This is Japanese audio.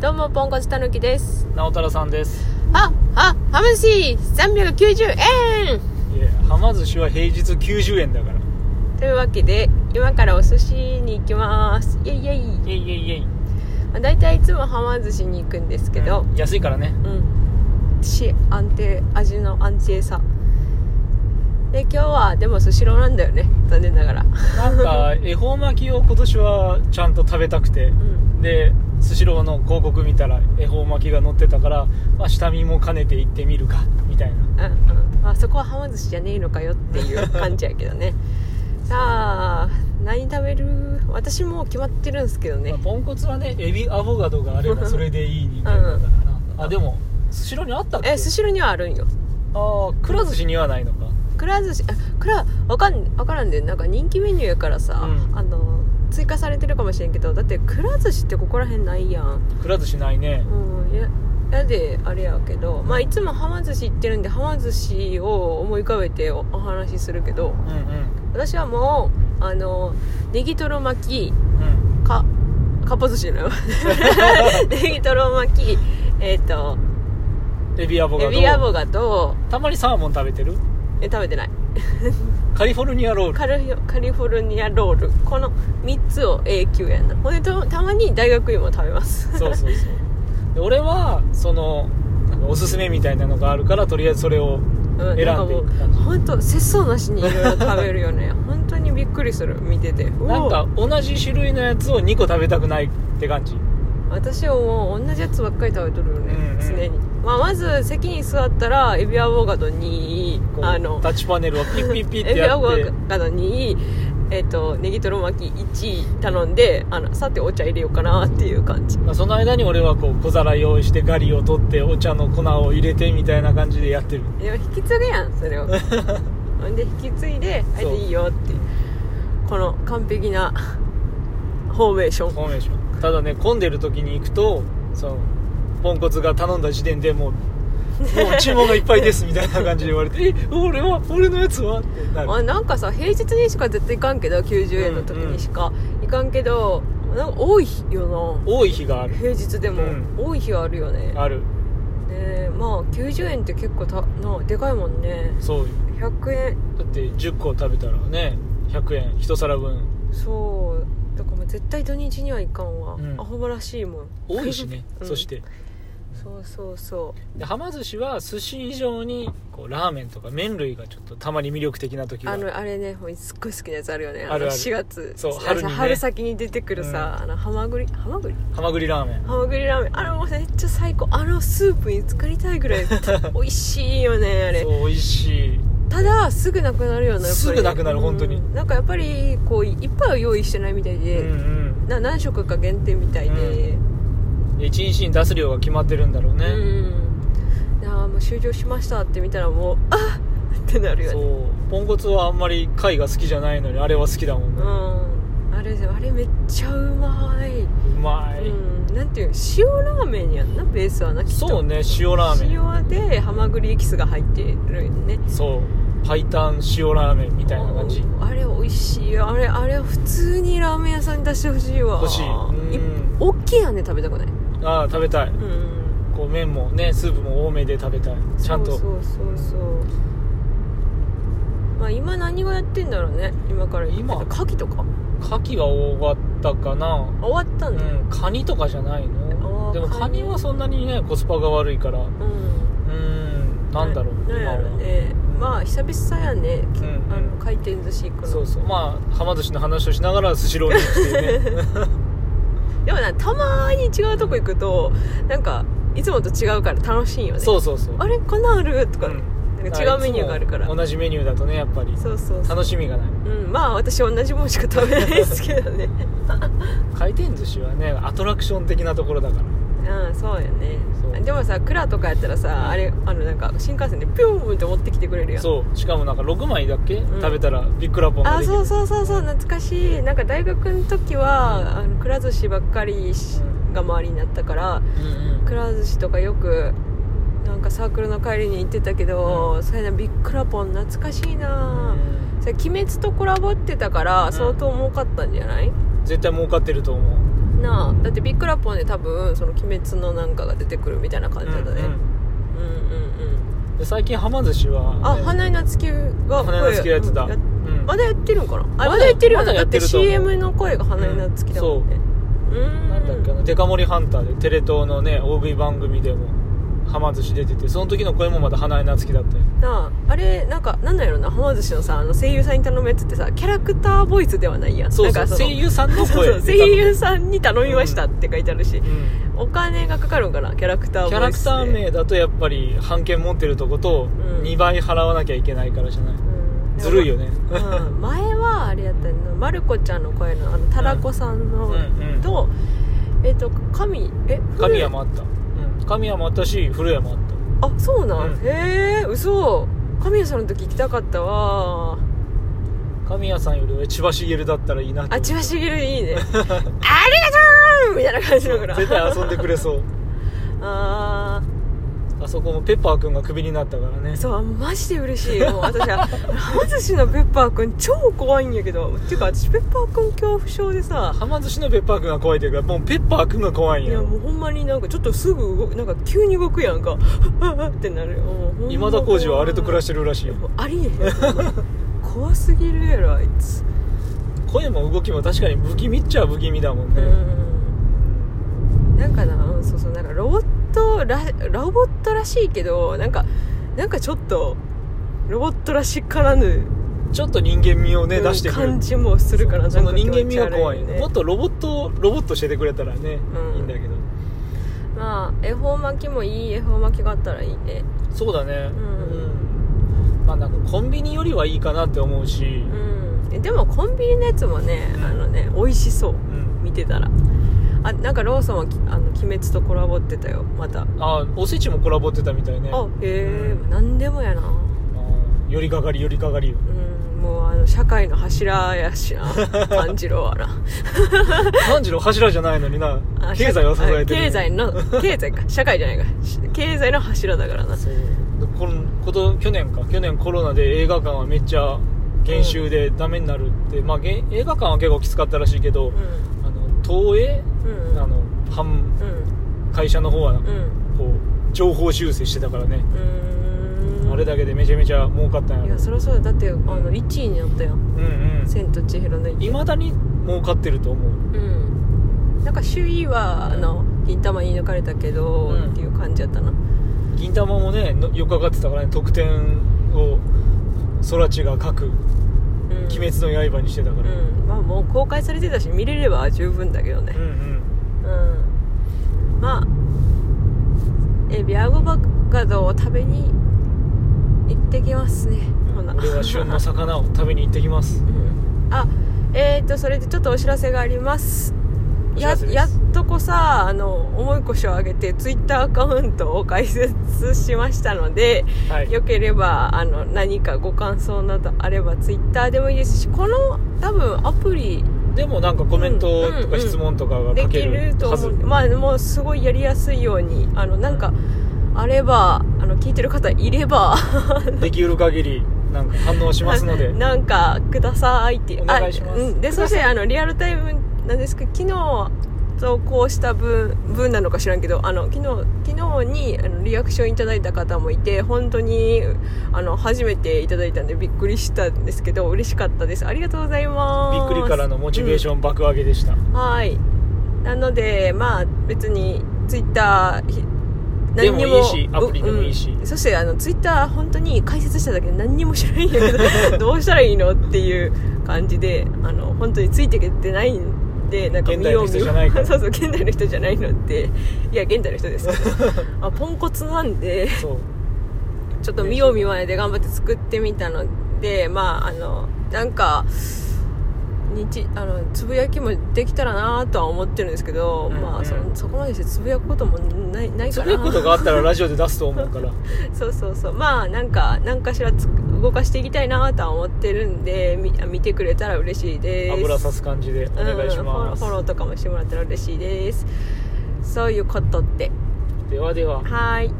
どうもポンコツたぬきです直太朗さんですああハムシ390円いやはま寿司は平日90円だからというわけで今からお寿司に行きますイエイイエイ、イエイイエイイエイまあ、大体いつもはま寿司に行くんですけどうん安いから ねうん、し安定味の安定さで今日はでもスシローなんだよね残念ながらなんか恵方巻きを今年はちゃんと食べたくてうんでスシローの広告見たら恵方巻きが載ってたから、まあ、下見も兼ねて行ってみるかみたいなうんうんまあそこははま寿司じゃねえのかよっていう感じやけど ねさあ何食べる私もう決まってるんですけどねまあ、ポンコツはねエビアボガドがあればそれでいい人間だからな、あでもスシローにあったっけえスシローにはあるんよああくら寿司にはないのかくら寿司あくらわかんわからんでなんか人気メニューやからさ、うんあの追加されてるかもしれんけどだってくら寿司ってここら辺ないやんくら寿司ないねうんややであれやけどまあいつもはま寿司行ってるんではま寿司を思い浮かべておお話しするけどうんうん私はもうあのネギトロ巻きうんかかっぱ寿司 なのネギトロ巻きえっ、とエビアボガエドビアボガとたまにサーモン食べてるえ食べてないカリフォルニアロールカルフィカリフォルニアロールこの3つを永久やなほんでとたまに大学芋食べますそうそうそうで俺はそのなんかおすすめみたいなのがあるからとりあえずそれをうん、選なんかんでいもうく感じ本当節操なしにいろいろ食べるよ ね本当にびっくりする見ててうおなんか同じ種類のやつを2個食べたくないって感じ私はもう同じやつばっかり食べとるよね、うんうん常に、まあ、まず席に座ったらエビアボガドにこうあのタッチパネルをピッピッピッエってビやアっボてガドにえっとネギトロ巻き1頼んであのさてお茶入れようかなっていう感じまあその間に俺はこう小皿用意してガリを取ってお茶の粉を入れてみたいな感じでやってるでも引き継ぐやんそれ をほんで引き継いで「はいそうでいいよ」ってこの完璧なフォーメーションフォーメーションただね混んでる時に行くとそのポンコツが頼んだ時点でもうもう注文がいっぱいですみたいな感じで言われ て「え俺は俺のやつは?」ってなるあなんかさ平日にしか絶対行かんけど90円の時にしか行かんけど、なんか多いよ多い日があるな平日でも、うん多い日あるよねねあるえまあ90円って結構たなでかいもんねそうよ100円だって10個食べたらね100円1皿分そうだからもう絶対土日には行かんわ、うんアホばらしいもん、多いしねうんそして そうそうそではま寿司は寿司以上にこうラーメンとか麺類がちょっとたまに魅力的な時うがああるのあれねもうすっごい好きなやつあるよねあるあるの4月そうあの春にね春先に出てくるさ、あのハマグリハマグリはまぐりラーメンハマグリラーメンあれもめっちゃ最高あのスープに浸かりたいぐら い美味しいよねあれそう美味しいただすぐなくなるよねやっぱりすぐなくなる本当にうんなんかやっぱりこういっぱいは用意してないみたいで、うんな何食か限定みたいで、うんで1日に出す量が決まってるんだろうね、うんああもう終了しましたって見たらもうあっってなるよそねうポンコツはあんまり貝が好きじゃないのにあれは好きだもんうね、んあれあれめっちゃうまい、うまい、うんなんていう塩ラーメンやんなベースはなきっとそうね塩ラーメン塩でハマグリエキスが入ってるよねそう白湯塩ラーメンみたいな感じあれ美味しいよあれあれ普通にラーメン屋さんに出してほしいわ欲しいいうん大きいやんね食べたくないああ食べたいうんこう麺もねスープも多めで食べたいちゃんとそうそうそうそうまあ今何がやってんだろうね今から言うけど今牡蠣とか牡蠣は終わったかな終わったうんだよんカニとかじゃないあーのでもカカニニはそんなにねコスパが悪いからううん、ーんなんだろうな今やろはねまあ久々やね、うんうんあの回転寿司行くのそうそうまあはま寿司の話をしながらスシロー に行ってねでもなたまーに違うとこ行くとなんかいつもと違うから楽しいよねそうそうそうあれこんなんあるとか,、うんなんか違うメニューがあるからいつも同じメニューだとねやっぱりそうそうそう楽しみがないうん、まあ私同じもんしか食べないですけ どね回転寿司はねアトラクション的なところだからうんそうやねそうでもさ蔵とかやったらさあれあのなんか新幹線でピューンって持ってきてくれるやんそうしかもなんか6枚だっけ、ん食べたらビッくらポンがあできるそうそうそうそう懐かしいなんか大学の時はあのくら寿司ばっかりしうが周りになったからうんうんくら寿司とかよくなんかサークルの帰りに行ってたけど、そうやなビッくらポン懐かしいな、それ鬼滅とコラボってたから相当儲かったんじゃない、絶対儲かってると思うなあだってビックラポンで多分その鬼滅のなんかが出てくるみたいな感じだったね、ううんん、うんうんうんで最近はま寿司は、あ花井夏樹が花屋付きやってた、うんうんまだやってるんかなあだまだやってるよね、まだだやっっててると思う CM の声が花井夏樹だもんねうーんなんだっけなデカ盛りハンターでテレ東のね大食い番組でもはま寿司出ててその時の声もまだ花江夏樹だったよなああれなんかなんなんやろなはま寿司のさあの声優さんに頼めっつってさキャラクターボイスではないやんそなうそんうかの声優さんのそう声そう声優さんに頼みみままししたたっって書いてあるしう、んお金がかかるんかなキャラクターボイスキャラクター名だとやっぱり版権持ってるとことん2倍払わなきゃいけないからじゃない、ずるいよねうん、前はあれやったよなまる子ちゃんの声のあのたらこさんの、うんうんとえっ、と神え古神谷もあった、うん、神谷もあったし古谷もあったあそうなん、うんへえ嘘神谷さんの時行きたかったわ神谷さんより俺千葉茂だったらいいなってあ思う千葉茂い いねありがとうみたいな感じだから絶対遊んでくれそうああそこもペッパーくんがクビになったからねあそうマジで嬉しいもう私ははま寿司のペッパーくん超怖いんやけどっていうか私ペッパーくん恐怖症でさはま寿司のペッパーくんが怖いっていうかもうペッパーくんが怖いんいややもうほんまになんかちょっとすぐ動くなんか急に動くやんかってなるもうほんま今田耕司はあれと暮らしててるらしいよもうありえへんそんな怖すぎるやろあいつ声も動きも確かに不気味っちゃ不気味だもんうね、んなんかなうんそうそうなんかロボットらロボットらしいけどなんかなんかちょっとロボットらしからぬちょっと人間味をね、うん出してくる感じもするからなんかその人間味が怖い気持ち悪もっとロボットロボットしててくれたらね、うんいいんだけどまあ恵方巻きもいい恵方巻きがあったらいいねそうだねんうんまあなんかコンビニよりはいいかなって思うしう、んえでもコンビニのやつもねうんあのね美味しそううん見てたらあなんかローソンはきあの鬼滅とコラボってたよまた、あおせちもコラボってたみたいねあへえ、うん何でもやなあよりかかりよりかかりようんもうあの社会の柱やしな炭治郎は な炭治郎柱じゃないのになあ経済を支えてるあ経済の経済か社会じゃないかし経済の柱だからなそうこのこと去年か去年コロナで映画館はめっちゃ減収でダメになるって、まあげ映画館は結構きつかったらしいけど、うんあの東映、うんあの販うん会社の方はうんこう情報修正してたからね、うーんあれだけでめちゃめちゃ儲かったんいややろそりゃそうだだってあの1位になったやんうんう「ん千と千尋のい池」まだに儲かってると思ううんなんか首位はあの銀玉に抜かれたけど、うんっていう感じやったな銀玉もねのよくかかってたからね得点を空知が書くうん「鬼滅の刃」にしてたから、うんまあもう公開されてたし見れれば十分だけどねうんうんうんまあえビアゴバカドを食べに行ってきますねほな俺は旬の魚を食べに行ってきますうんあえっ、ー、とそれでちょっとお知らせがありますお知やらせですやっとこさあの重い腰を上げてツイッターアカウントを開設しましたのではいよければあの何かご感想などあればツイッターでもいいですしこの多分アプリでもなんかコメントうとんうんうかん質問とかがで書きけるるとは思ずうまあもうすごいやりやすいようにあのなんかあればあの聞いてる方いればできる限りなんか反応します のでなんかくださいっていうお願いしますあうんでそしてあのリアルタイムなんですけど昨日投稿した分分なのか知らんけどあの昨日昨日にあのリアクションいただいた方もいて本当にあの初めていただいたんでびっくりしたんですけど嬉しかったですありがとうございまびっすくりからのモチベーション爆上げでした、はいなのでまあ別にツイッターひでもいいしアプリでもいいしうんそしてあのツイッター本当に解説しただけで何にも知らないんだ けどどうしたらいいのっていう感じであの本当についてけてないんでなんか現代の見よう見よ人うじゃないか らそうそう現代の人じゃないのっていや現代の人ですけ どあポンコツなんでそうちょっと見よう見まねで頑張って作ってみたのでまああのなんか日あのつぶやきもできたらなとは思ってるんですけど、うんうんまあそのそこまでしてつぶやくこともないないかつらぶやくことがあったらラジオで出すと思うから そうそうそうまあなんか何かしらつ動かしていきたいなとは思ってるんでみ見てくれたら嬉しいです油さす感じでお願いしうん、フォローまフす、ォローとかもしてもらったら嬉しいですそういうことってではでははーい